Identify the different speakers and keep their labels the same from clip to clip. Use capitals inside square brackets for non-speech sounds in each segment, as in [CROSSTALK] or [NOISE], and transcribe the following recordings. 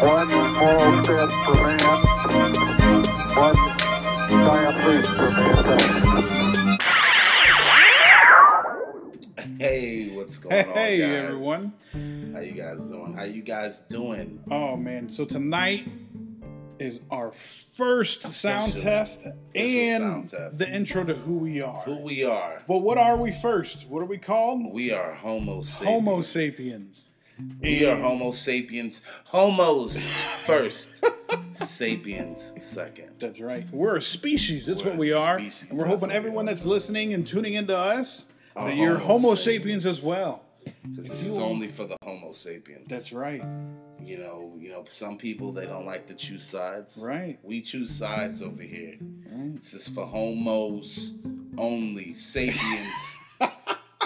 Speaker 1: One small step for man, one giant leap for mankind.
Speaker 2: Hey,
Speaker 3: [LAUGHS]
Speaker 2: what's going on?
Speaker 3: Hey
Speaker 2: guys?
Speaker 3: everyone.
Speaker 2: How you guys doing? How you guys doing?
Speaker 3: Oh man, so tonight is our first sound
Speaker 2: Official-
Speaker 3: test and
Speaker 2: sound test.
Speaker 3: the intro to who we are.
Speaker 2: Who we are?
Speaker 3: But what are we first? What are we called?
Speaker 2: We are Homo sapiens.
Speaker 3: Homo sapiens.
Speaker 2: We are Homo sapiens. Homos
Speaker 3: [LAUGHS]
Speaker 2: first, sapiens second.
Speaker 3: That's right. We're a species. That's
Speaker 2: We're
Speaker 3: what
Speaker 2: a
Speaker 3: we are.
Speaker 2: species.
Speaker 3: And we're
Speaker 2: That's
Speaker 3: hoping
Speaker 2: what we
Speaker 3: everyone
Speaker 2: are.
Speaker 3: that's listening and tuning into us
Speaker 2: Are
Speaker 3: that you're
Speaker 2: Homo
Speaker 3: Homo
Speaker 2: sapiens.
Speaker 3: sapiens as well.
Speaker 2: Because this
Speaker 3: you
Speaker 2: is
Speaker 3: will-
Speaker 2: only for the Homo sapiens.
Speaker 3: That's right.
Speaker 2: You know, you know, some people they don't like to choose sides.
Speaker 3: Right.
Speaker 2: We choose sides over here. This is for homos only,
Speaker 3: [LAUGHS]
Speaker 2: sapiens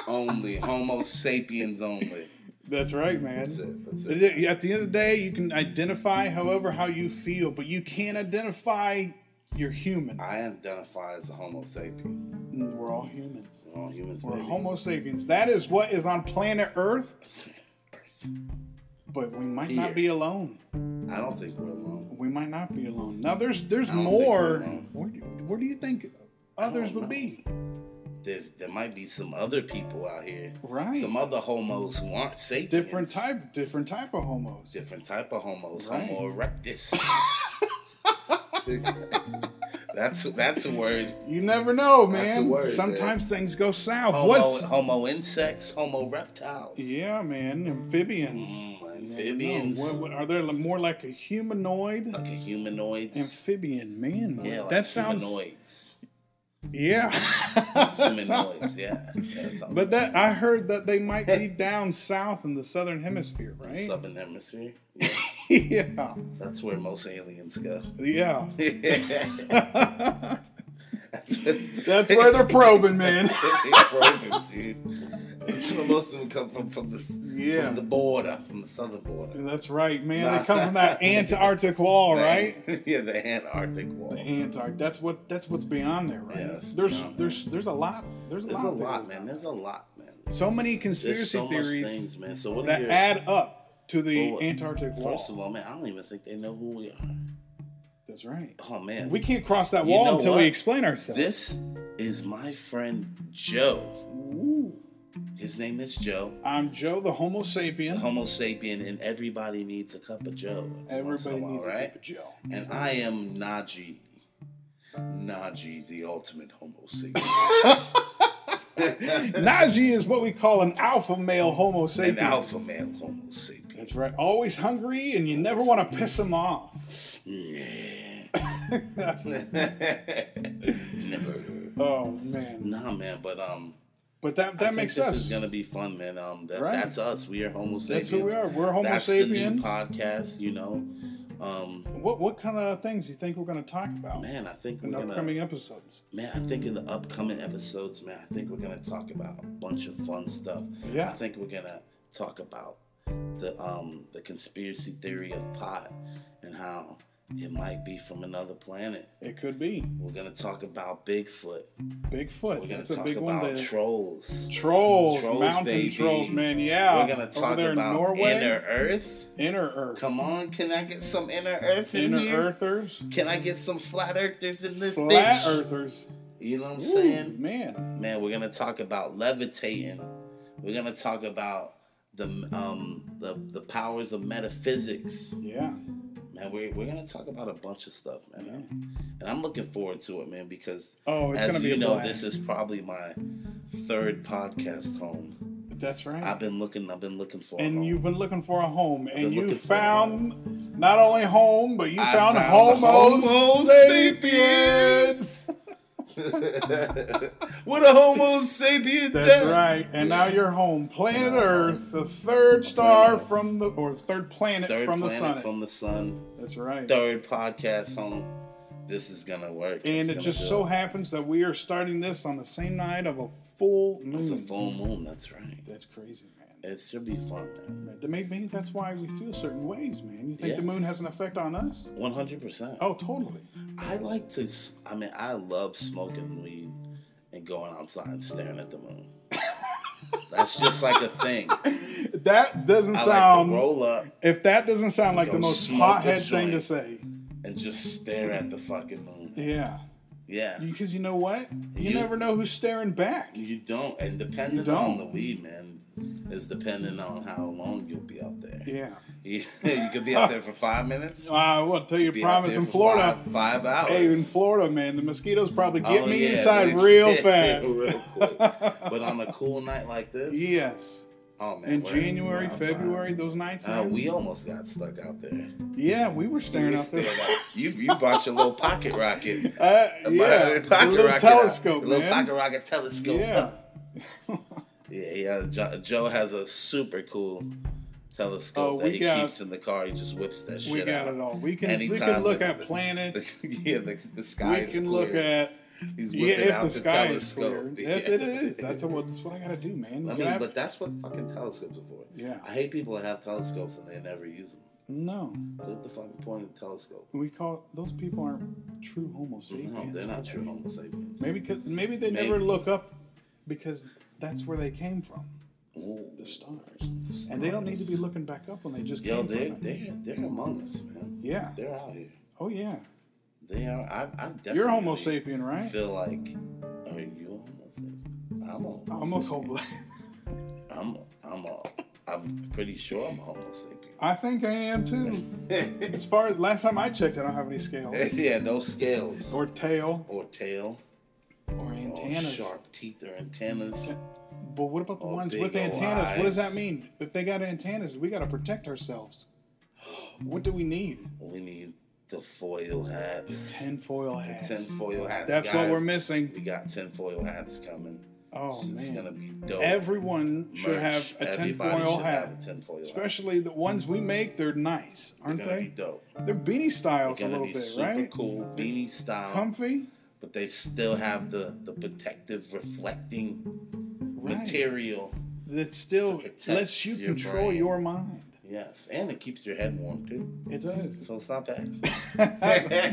Speaker 2: only, Homo sapiens only.
Speaker 3: That's right, man.
Speaker 2: That's it. That's
Speaker 3: But
Speaker 2: it.
Speaker 3: it- At the end of the day, you can identify however how you feel, but you can't identify you're human.
Speaker 2: I identify as a Homo sapien.
Speaker 3: And We're all humans.
Speaker 2: We're all humans,
Speaker 3: Mm-hmm. We're
Speaker 2: baby.
Speaker 3: Homo sapiens. That is what is on planet Earth, but we might
Speaker 2: Here.
Speaker 3: not be alone.
Speaker 2: I don't think we're alone.
Speaker 3: We might not be alone. Now, there's there's
Speaker 2: I don't think we're
Speaker 3: more.
Speaker 2: alone.
Speaker 3: Where do, where do you think others
Speaker 2: don't
Speaker 3: would
Speaker 2: know.
Speaker 3: be?
Speaker 2: There's there might be some other people out here,
Speaker 3: Right.
Speaker 2: some other homos who aren't sapiens.
Speaker 3: different type, different type of homos.
Speaker 2: Different type of homos.
Speaker 3: Right.
Speaker 2: Homo
Speaker 3: [LAUGHS]
Speaker 2: erectus. that's that's a word.
Speaker 3: You never know, man.
Speaker 2: That's a word,
Speaker 3: Sometimes things go south.
Speaker 2: Homo
Speaker 3: What's
Speaker 2: homo insects, homo reptiles.
Speaker 3: [LAUGHS] yeah, man? Amphibians.
Speaker 2: Mm,
Speaker 3: You never know.
Speaker 2: amphibians.
Speaker 3: What, what, are they more like a humanoid?
Speaker 2: Like a humanoids.
Speaker 3: Amphibian man,
Speaker 2: yeah, like
Speaker 3: that sounds
Speaker 2: humanoids.
Speaker 3: yeah. [LAUGHS] That sounds-
Speaker 2: Humanoids, yeah. yeah that sounds-
Speaker 3: But that I heard that they
Speaker 2: [LAUGHS]
Speaker 3: might be down south in the southern hemisphere, right?
Speaker 2: Southern hemisphere. Yeah,
Speaker 3: [LAUGHS] yeah,
Speaker 2: that's where most aliens go. [LAUGHS]
Speaker 3: yeah.
Speaker 2: that's
Speaker 3: That's where
Speaker 2: [LAUGHS]
Speaker 3: they're probing, man.
Speaker 2: perfect, dude. That's where most of them come from, from the s-
Speaker 3: Yeah.
Speaker 2: from the border, from the southern border.
Speaker 3: [LAUGHS] That's right, man. They come
Speaker 2: [LAUGHS]
Speaker 3: from that Antarctic wall, right?
Speaker 2: yeah, the Antarctic wall.
Speaker 3: The Antarctic. That's what. That's what's beyond there, right?
Speaker 2: Yeah, it's
Speaker 3: there's,
Speaker 2: beyond
Speaker 3: there's, there's a lot. There's a
Speaker 2: There's a
Speaker 3: lot. there.
Speaker 2: lot, man. There's a lot, man.
Speaker 3: So many
Speaker 2: There's
Speaker 3: conspiracy
Speaker 2: so much
Speaker 3: theories
Speaker 2: things, man. So what are
Speaker 3: that
Speaker 2: your,
Speaker 3: add up to the
Speaker 2: Well,
Speaker 3: Antarctic wall.
Speaker 2: First of all, man, I don't even think they know who we are.
Speaker 3: that's right.
Speaker 2: Oh man,
Speaker 3: We can't cross that
Speaker 2: You
Speaker 3: wall
Speaker 2: know
Speaker 3: until
Speaker 2: what?
Speaker 3: we explain ourselves.
Speaker 2: This is my friend Joe.
Speaker 3: Ooh.
Speaker 2: His name is Joe.
Speaker 3: I'm Joe, the Homo sapien.
Speaker 2: the Homo sapien, and everybody needs a cup of Joe. every once in
Speaker 3: Everybody
Speaker 2: a while,
Speaker 3: needs a
Speaker 2: right?
Speaker 3: cup of Joe.
Speaker 2: And I am Naji. Naji, the ultimate Homo sapien.
Speaker 3: [LAUGHS] Najee is what we call an alpha male Homo sapien.
Speaker 2: An alpha male Homo sapien.
Speaker 3: That's right. Always hungry, and you never want to piss him off.
Speaker 2: [LAUGHS] Never.
Speaker 3: Oh man,
Speaker 2: Nah, man, but um,
Speaker 3: but that
Speaker 2: I
Speaker 3: that
Speaker 2: think
Speaker 3: makes
Speaker 2: this
Speaker 3: us.
Speaker 2: is gonna be fun, man. Um, that,
Speaker 3: Right.
Speaker 2: that's us. We are Homo sapiens.
Speaker 3: That's who we are. We're Homo
Speaker 2: That's the new
Speaker 3: sapiens.
Speaker 2: podcast, you know. Um,
Speaker 3: What what kind of things you think we're going to talk about
Speaker 2: man, I think
Speaker 3: in
Speaker 2: we're gonna
Speaker 3: upcoming episodes?
Speaker 2: Man, I think in the upcoming episodes, man, I think we're gonna talk about a bunch of fun stuff.
Speaker 3: Yeah.
Speaker 2: I think we're gonna talk about the um the conspiracy theory of pot and how it might be from another planet.
Speaker 3: It could be
Speaker 2: We're gonna talk about Bigfoot.
Speaker 3: Bigfoot.
Speaker 2: We're gonna
Speaker 3: That's a
Speaker 2: talk
Speaker 3: big one.
Speaker 2: about
Speaker 3: to-
Speaker 2: trolls.
Speaker 3: trolls,
Speaker 2: Trolls,
Speaker 3: mountain
Speaker 2: baby.
Speaker 3: trolls, man. Yeah,
Speaker 2: We're gonna talk
Speaker 3: over there
Speaker 2: about
Speaker 3: in Norway,
Speaker 2: inner Earth.
Speaker 3: inner Earth,
Speaker 2: Come on, can I get some inner Earth in
Speaker 3: inner
Speaker 2: here?
Speaker 3: Earthers,
Speaker 2: Can I get some flat Earthers in this
Speaker 3: flat
Speaker 2: bitch?
Speaker 3: Earthers.
Speaker 2: You know what I'm
Speaker 3: Ooh,
Speaker 2: saying?
Speaker 3: man,
Speaker 2: man we're gonna talk about levitating we're gonna talk about the um the, the powers of metaphysics
Speaker 3: yeah,
Speaker 2: man we're, we're gonna talk about a bunch of stuff man and i'm looking forward to it man because
Speaker 3: Oh, it's
Speaker 2: as
Speaker 3: gonna be
Speaker 2: you
Speaker 3: a
Speaker 2: know
Speaker 3: blast.
Speaker 2: this is probably my third podcast home
Speaker 3: that's right.
Speaker 2: i've been looking i've been looking for a
Speaker 3: and
Speaker 2: home.
Speaker 3: you've been looking for a home, and
Speaker 2: been
Speaker 3: you
Speaker 2: looking for a
Speaker 3: found not only home, but you
Speaker 2: I
Speaker 3: found,
Speaker 2: found
Speaker 3: Homo,
Speaker 2: the Homo
Speaker 3: sapiens.
Speaker 2: [LAUGHS] what a homo sapiens
Speaker 3: That's
Speaker 2: at?
Speaker 3: right. And now you're home, planet
Speaker 2: Yeah.
Speaker 3: Earth, the third star
Speaker 2: Earth.
Speaker 3: from the or third planet
Speaker 2: third
Speaker 3: from the
Speaker 2: planet
Speaker 3: sun.
Speaker 2: from the sun
Speaker 3: That's right.
Speaker 2: third podcast home this is gonna work It's
Speaker 3: and it
Speaker 2: gonna
Speaker 3: just
Speaker 2: do
Speaker 3: so happens that we are starting this on the same night of a full
Speaker 2: It's
Speaker 3: moon.
Speaker 2: a full moon, that's right.
Speaker 3: that's crazy, man.
Speaker 2: It should be fun, man.
Speaker 3: Man, Maybe, maybe that's why we feel certain ways, man. You think the
Speaker 2: Yes.
Speaker 3: moon has an effect on us?
Speaker 2: 100%.
Speaker 3: Oh, totally.
Speaker 2: I like to, s- I mean,
Speaker 3: [LAUGHS]
Speaker 2: I love smoking weed and going outside and staring at the moon. That's just like a thing.
Speaker 3: That doesn't
Speaker 2: I like
Speaker 3: sound.
Speaker 2: to roll up
Speaker 3: if that doesn't sound like the
Speaker 2: Go
Speaker 3: most
Speaker 2: smoke a
Speaker 3: hothead thing to
Speaker 2: joint.
Speaker 3: say,
Speaker 2: and just stare at the fucking moon.
Speaker 3: yeah,
Speaker 2: Yeah.
Speaker 3: because you know what? You,
Speaker 2: You-
Speaker 3: never know who's staring back.
Speaker 2: You don't, and depending
Speaker 3: You don't.
Speaker 2: on the weed, man, is depending on how long you'll be out there.
Speaker 3: Yeah,
Speaker 2: You, [LAUGHS] you could be out there for five minutes.
Speaker 3: I will tell you,
Speaker 2: be
Speaker 3: a
Speaker 2: out
Speaker 3: promise
Speaker 2: there
Speaker 3: in
Speaker 2: for
Speaker 3: Florida.
Speaker 2: Five, five hours.
Speaker 3: Hey, in Florida, man, the mosquitoes probably get
Speaker 2: Oh,
Speaker 3: me
Speaker 2: yeah,
Speaker 3: inside
Speaker 2: they-
Speaker 3: real
Speaker 2: they- [LAUGHS]
Speaker 3: fast.
Speaker 2: real quick. but on a cool night like this,
Speaker 3: [LAUGHS] yes,
Speaker 2: Oh man,
Speaker 3: in
Speaker 2: we're-
Speaker 3: January,
Speaker 2: we're outside.
Speaker 3: February, those nights,
Speaker 2: Uh,
Speaker 3: man,
Speaker 2: we almost got stuck out there.
Speaker 3: yeah, we were
Speaker 2: We
Speaker 3: staring
Speaker 2: were
Speaker 3: out there.
Speaker 2: staring out- you you brought your little pocket
Speaker 3: [LAUGHS]
Speaker 2: rocket.
Speaker 3: Uh, yeah,
Speaker 2: [LAUGHS] Pocket
Speaker 3: a little
Speaker 2: rocket out.
Speaker 3: telescope,
Speaker 2: Your little
Speaker 3: man.
Speaker 2: pocket rocket telescope.
Speaker 3: Yeah.
Speaker 2: [LAUGHS] Yeah, yeah. Jo- Joe has a super cool
Speaker 3: Oh,
Speaker 2: telescope
Speaker 3: we
Speaker 2: that he
Speaker 3: got-
Speaker 2: keeps in the car. He just whips that shit
Speaker 3: We got
Speaker 2: out.
Speaker 3: it all. We can we
Speaker 2: Anytime
Speaker 3: can
Speaker 2: [LAUGHS]
Speaker 3: look
Speaker 2: the-
Speaker 3: at planets.
Speaker 2: [LAUGHS] yeah, the, the sky
Speaker 3: We
Speaker 2: is
Speaker 3: can
Speaker 2: clear.
Speaker 3: look at
Speaker 2: He's
Speaker 3: yeah,
Speaker 2: whipping
Speaker 3: if
Speaker 2: out
Speaker 3: the
Speaker 2: the,
Speaker 3: sky
Speaker 2: [LAUGHS]
Speaker 3: is clear.
Speaker 2: telescope.
Speaker 3: Yes,
Speaker 2: Yeah.
Speaker 3: it is. That's what that's what I gotta do, man. You
Speaker 2: I
Speaker 3: gotta
Speaker 2: mean,
Speaker 3: have-
Speaker 2: but that's what fucking telescopes are for.
Speaker 3: Yeah.
Speaker 2: I hate people that have telescopes and they never use them.
Speaker 3: no,
Speaker 2: So what the fucking point of the telescope?
Speaker 3: we call those people aren't true Homo sapiens.
Speaker 2: No, they're
Speaker 3: are
Speaker 2: not
Speaker 3: they?
Speaker 2: true Homo sapiens.
Speaker 3: Maybe 'cause- maybe they
Speaker 2: Maybe.
Speaker 3: never look up because that's where they came from,
Speaker 2: Ooh.
Speaker 3: the stars, and they don't need to be looking back up when they just
Speaker 2: Yo,
Speaker 3: came
Speaker 2: they're
Speaker 3: from. it.
Speaker 2: they're they're among us, man.
Speaker 3: Yeah.
Speaker 2: They're out here.
Speaker 3: Oh yeah.
Speaker 2: They are. I, I definitely.
Speaker 3: You're Homo sapien, right?
Speaker 2: Feel like, are you a Homo sapien? I'm a. Homo
Speaker 3: I'm a
Speaker 2: sapien.
Speaker 3: homo.
Speaker 2: I'm a, I'm a. I'm pretty sure I'm a Homo sapien.
Speaker 3: [LAUGHS] I think I am too. As far as last time I checked, I don't have
Speaker 2: [LAUGHS]
Speaker 3: any
Speaker 2: [LAUGHS]
Speaker 3: scales
Speaker 2: yeah, no scales or,
Speaker 3: or tail
Speaker 2: tail
Speaker 3: or
Speaker 2: or
Speaker 3: antennas.
Speaker 2: sharp teeth or antennas.
Speaker 3: But what about the
Speaker 2: Or
Speaker 3: ones
Speaker 2: big
Speaker 3: with
Speaker 2: ol'
Speaker 3: antennas? What does that
Speaker 2: eyes.
Speaker 3: mean? If they got antennas, we got to
Speaker 2: [GASPS]
Speaker 3: protect ourselves. What do we need?
Speaker 2: We need the foil hats.
Speaker 3: Tinfoil hats.
Speaker 2: Tinfoil hats.
Speaker 3: That's what
Speaker 2: guys.
Speaker 3: we're missing.
Speaker 2: We got tinfoil hats coming.
Speaker 3: Oh
Speaker 2: It's gonna
Speaker 3: man!
Speaker 2: be dope.
Speaker 3: Everyone should have
Speaker 2: Merch.
Speaker 3: a
Speaker 2: Everybody
Speaker 3: tinfoil
Speaker 2: should
Speaker 3: hat.
Speaker 2: Have a tinfoil hat.
Speaker 3: Especially the ones we make, they're nice,
Speaker 2: It's
Speaker 3: aren't
Speaker 2: gonna
Speaker 3: they?
Speaker 2: be dope.
Speaker 3: They're beanie styles a
Speaker 2: gonna
Speaker 3: little
Speaker 2: be
Speaker 3: bit,
Speaker 2: super
Speaker 3: right?
Speaker 2: cool beanie style,
Speaker 3: Comfy,
Speaker 2: but they still have the the protective reflecting
Speaker 3: right?
Speaker 2: material.
Speaker 3: That still
Speaker 2: It protects
Speaker 3: lets you
Speaker 2: your
Speaker 3: control
Speaker 2: brain.
Speaker 3: your mind.
Speaker 2: Yes, and it keeps your head warm too,
Speaker 3: It
Speaker 2: [LAUGHS]
Speaker 3: does.
Speaker 2: so it's not bad.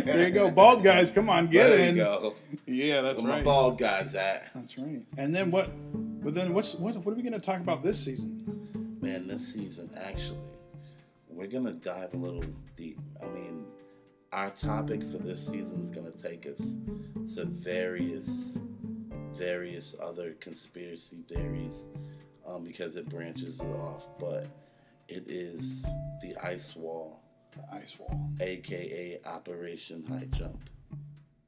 Speaker 3: There you go, bald guys. Come on, get
Speaker 2: there
Speaker 3: in.
Speaker 2: you go.
Speaker 3: Yeah, that's
Speaker 2: Where my
Speaker 3: right.
Speaker 2: bald guys at?
Speaker 3: That's right. And then what? But then what's what? What are we going to talk about this season?
Speaker 2: Man, this season actually, we're gonna dive a little deep. I mean, our topic for this season is gonna take us to various, various other conspiracy theories, um, because it branches off. But it is the ice wall,
Speaker 3: The ice wall.
Speaker 2: aka Operation High Jump.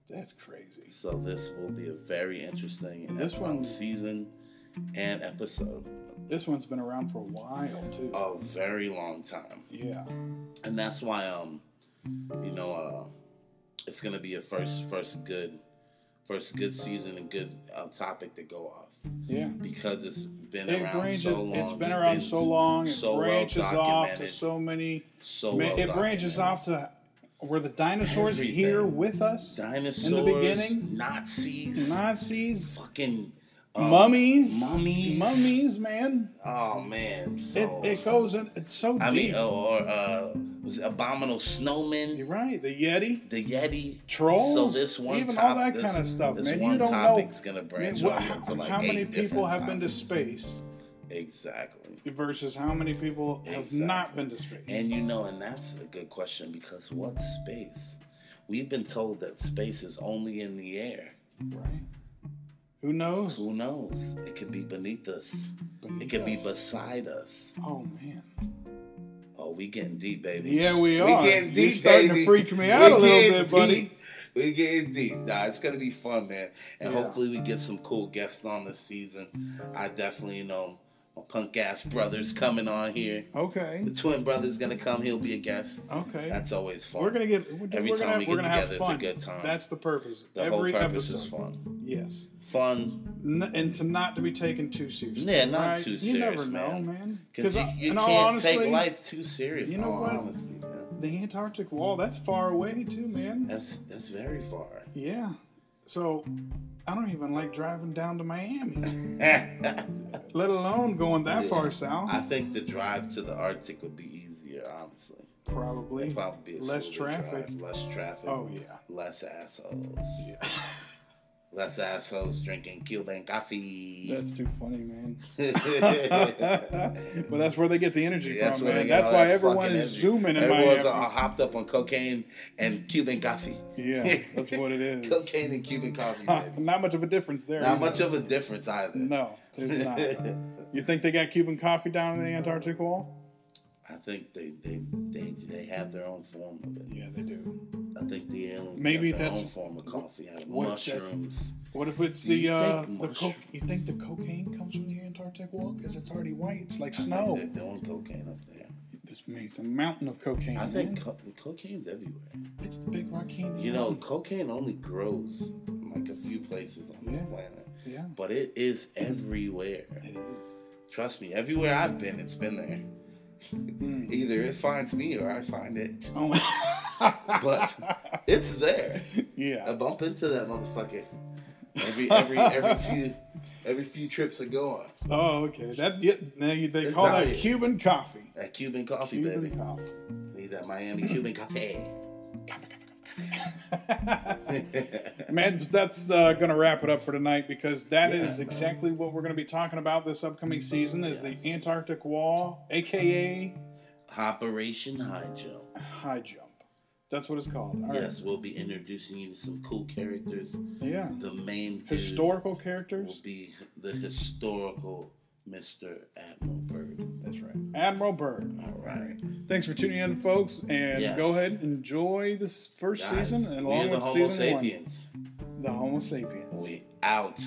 Speaker 3: That's crazy.
Speaker 2: So this will be a very interesting
Speaker 3: And this
Speaker 2: um,
Speaker 3: one-
Speaker 2: season and episode.
Speaker 3: This one's been around for a while too.
Speaker 2: A very long time.
Speaker 3: yeah.
Speaker 2: and that's why um you know uh it's gonna be a first first good first good season and good uh, topic to go off
Speaker 3: Yeah.
Speaker 2: because it's been
Speaker 3: It
Speaker 2: around
Speaker 3: branches.
Speaker 2: so long
Speaker 3: it's been around so long. It
Speaker 2: so well
Speaker 3: branches off to
Speaker 2: documented,
Speaker 3: so many.
Speaker 2: so
Speaker 3: ma-
Speaker 2: well
Speaker 3: it branches
Speaker 2: documented.
Speaker 3: off to were the dinosaurs
Speaker 2: Everything.
Speaker 3: here with us?
Speaker 2: dinosaurs
Speaker 3: beginning.
Speaker 2: nazis
Speaker 3: Nazis,
Speaker 2: fucking um,
Speaker 3: mummies,
Speaker 2: mummies
Speaker 3: mummies, man.
Speaker 2: oh man so
Speaker 3: it, it goes in. It's so
Speaker 2: i
Speaker 3: deep.
Speaker 2: mean or, or uh was it abominable snowman
Speaker 3: You're right. The Yeti.
Speaker 2: the Yeti
Speaker 3: Trolls,
Speaker 2: So this one
Speaker 3: even all
Speaker 2: top-
Speaker 3: that
Speaker 2: this-
Speaker 3: kind of stuff,
Speaker 2: This
Speaker 3: man.
Speaker 2: one
Speaker 3: you don't
Speaker 2: topic's
Speaker 3: know.
Speaker 2: gonna branch
Speaker 3: man, wha-
Speaker 2: off
Speaker 3: how,
Speaker 2: into like
Speaker 3: how
Speaker 2: eight
Speaker 3: many people
Speaker 2: different
Speaker 3: have been to
Speaker 2: topics.
Speaker 3: space
Speaker 2: Exactly.
Speaker 3: versus how many people have not
Speaker 2: Exactly.
Speaker 3: been to space?
Speaker 2: And you know, and that's a good question because what's space? We've been told that space is only in the air.
Speaker 3: right? Who knows?
Speaker 2: Who knows? It could be beneath us.
Speaker 3: Beneath
Speaker 2: it could be
Speaker 3: us.
Speaker 2: beside us.
Speaker 3: Oh man.
Speaker 2: Oh, we getting deep, baby.
Speaker 3: Yeah, we
Speaker 2: We
Speaker 3: are.
Speaker 2: getting
Speaker 3: You're
Speaker 2: deep,
Speaker 3: starting
Speaker 2: baby.
Speaker 3: to freak me out
Speaker 2: We
Speaker 3: a little
Speaker 2: getting
Speaker 3: bit, buddy.
Speaker 2: deep. We getting deep. Nah, it's gonna be fun, man. And
Speaker 3: Yeah.
Speaker 2: hopefully we get some cool guests on this season. I definitely know my punk ass brother's coming on here.
Speaker 3: Okay.
Speaker 2: The twin brother's gonna come. He'll be a guest.
Speaker 3: Okay.
Speaker 2: That's always fun.
Speaker 3: we're gonna get. We're,
Speaker 2: Every
Speaker 3: we're
Speaker 2: time
Speaker 3: gonna,
Speaker 2: we
Speaker 3: we're
Speaker 2: get
Speaker 3: gonna have
Speaker 2: together, it's a
Speaker 3: fun.
Speaker 2: good time.
Speaker 3: That's the purpose.
Speaker 2: the whole
Speaker 3: Every
Speaker 2: purpose
Speaker 3: episode.
Speaker 2: is fun.
Speaker 3: Yes.
Speaker 2: Fun.
Speaker 3: N- and to not to be taken too seriously.
Speaker 2: Yeah, not
Speaker 3: right?
Speaker 2: too
Speaker 3: You never
Speaker 2: serious,
Speaker 3: know,
Speaker 2: man.
Speaker 3: man.
Speaker 2: Because you,
Speaker 3: I-
Speaker 2: you
Speaker 3: in all
Speaker 2: can't
Speaker 3: honesty,
Speaker 2: take life too serious.
Speaker 3: you
Speaker 2: You
Speaker 3: know
Speaker 2: know
Speaker 3: what?
Speaker 2: Honestly, man.
Speaker 3: The Antarctic Wall, that's far away too, man.
Speaker 2: That's that's very far. [LAUGHS]
Speaker 3: Yeah. So I don't even like driving down to Miami, let alone going that
Speaker 2: Yeah.
Speaker 3: far south.
Speaker 2: I think the drive to the Arctic would be easier, honestly.
Speaker 3: probably.
Speaker 2: It'd probably be a
Speaker 3: Less
Speaker 2: smoother
Speaker 3: traffic.
Speaker 2: drive, less traffic,
Speaker 3: Oh, yeah.
Speaker 2: less assholes.
Speaker 3: Yeah.
Speaker 2: [LAUGHS] Less assholes drinking Cuban coffee.
Speaker 3: That's too
Speaker 2: [LAUGHS]
Speaker 3: funny, man. [LAUGHS]
Speaker 2: that's
Speaker 3: but that's where they get the energy from,
Speaker 2: where they
Speaker 3: Oh, man.
Speaker 2: get
Speaker 3: That's
Speaker 2: all
Speaker 3: why
Speaker 2: that
Speaker 3: everyone
Speaker 2: fucking
Speaker 3: is
Speaker 2: energy.
Speaker 3: zooming in
Speaker 2: Everyone's
Speaker 3: Miami.
Speaker 2: all uh, hopped up on cocaine and Cuban coffee.
Speaker 3: [LAUGHS] yeah, that's what
Speaker 2: [LAUGHS]
Speaker 3: it [LAUGHS] is.
Speaker 2: Cocaine and Cuban coffee, baby.
Speaker 3: Not much of a difference [LAUGHS] there.
Speaker 2: Not
Speaker 3: either.
Speaker 2: much of a difference either.
Speaker 3: No, there's not. You think they got Cuban coffee down in the Antarctic wall?
Speaker 2: [LAUGHS] I think they, they they they have their own form of it.
Speaker 3: Yeah, they do.
Speaker 2: I think the aliens
Speaker 3: Maybe
Speaker 2: have their
Speaker 3: that's-
Speaker 2: own form of coffee out of
Speaker 3: what-
Speaker 2: mushrooms.
Speaker 3: What if it's
Speaker 2: Do
Speaker 3: the
Speaker 2: you
Speaker 3: uh,
Speaker 2: think
Speaker 3: the co-
Speaker 2: mushroom-
Speaker 3: you think the cocaine comes from the Antarctic wall because it's already white? It's like
Speaker 2: I
Speaker 3: snow.
Speaker 2: think they're doing cocaine up there.
Speaker 3: This means a mountain of cocaine.
Speaker 2: I think
Speaker 3: man.
Speaker 2: co- cocaine's everywhere.
Speaker 3: it's the big Rocky.
Speaker 2: You know,
Speaker 3: Mm.
Speaker 2: cocaine only grows in like a few places on this
Speaker 3: Yeah.
Speaker 2: planet,
Speaker 3: yeah,
Speaker 2: but it is everywhere.
Speaker 3: it is.
Speaker 2: Trust me, everywhere I've been, it's been there.
Speaker 3: Mm.
Speaker 2: [LAUGHS] Either it finds me or I find it,
Speaker 3: Oh, [LAUGHS]
Speaker 2: but it's there. I
Speaker 3: yeah.
Speaker 2: bump into that motherfucker every every every
Speaker 3: [LAUGHS]
Speaker 2: few every few trips I go on.
Speaker 3: Oh, okay. That yeah, now you- they
Speaker 2: It's
Speaker 3: call
Speaker 2: out
Speaker 3: that
Speaker 2: here.
Speaker 3: Cuban coffee.
Speaker 2: That Cuban coffee,
Speaker 3: Cuban
Speaker 2: baby.
Speaker 3: coffee.
Speaker 2: Need that Miami Cuban
Speaker 3: [LAUGHS]
Speaker 2: coffee.
Speaker 3: Coffee, coffee, coffee. [LAUGHS] Man, that's uh, going to wrap it up for tonight because that is
Speaker 2: Yeah.
Speaker 3: exactly what we're going to be talking about this upcoming season is
Speaker 2: Yes.
Speaker 3: the Antarctic Wall, aka
Speaker 2: Operation High Jump.
Speaker 3: high jump. That's what it's called. All right.
Speaker 2: Yes, we'll be introducing you to some cool characters.
Speaker 3: Yeah.
Speaker 2: The main dude
Speaker 3: Historical
Speaker 2: will
Speaker 3: characters.
Speaker 2: be the historical Mr. Admiral Byrd.
Speaker 3: That's right. Admiral Byrd.
Speaker 2: All right.
Speaker 3: Thanks for tuning in, folks, and
Speaker 2: Yes.
Speaker 3: go ahead and enjoy this first
Speaker 2: Guys,
Speaker 3: season and
Speaker 2: we are
Speaker 3: along
Speaker 2: the
Speaker 3: with
Speaker 2: Homo
Speaker 3: season
Speaker 2: sapiens.
Speaker 3: one, the Homo sapiens.
Speaker 2: We out.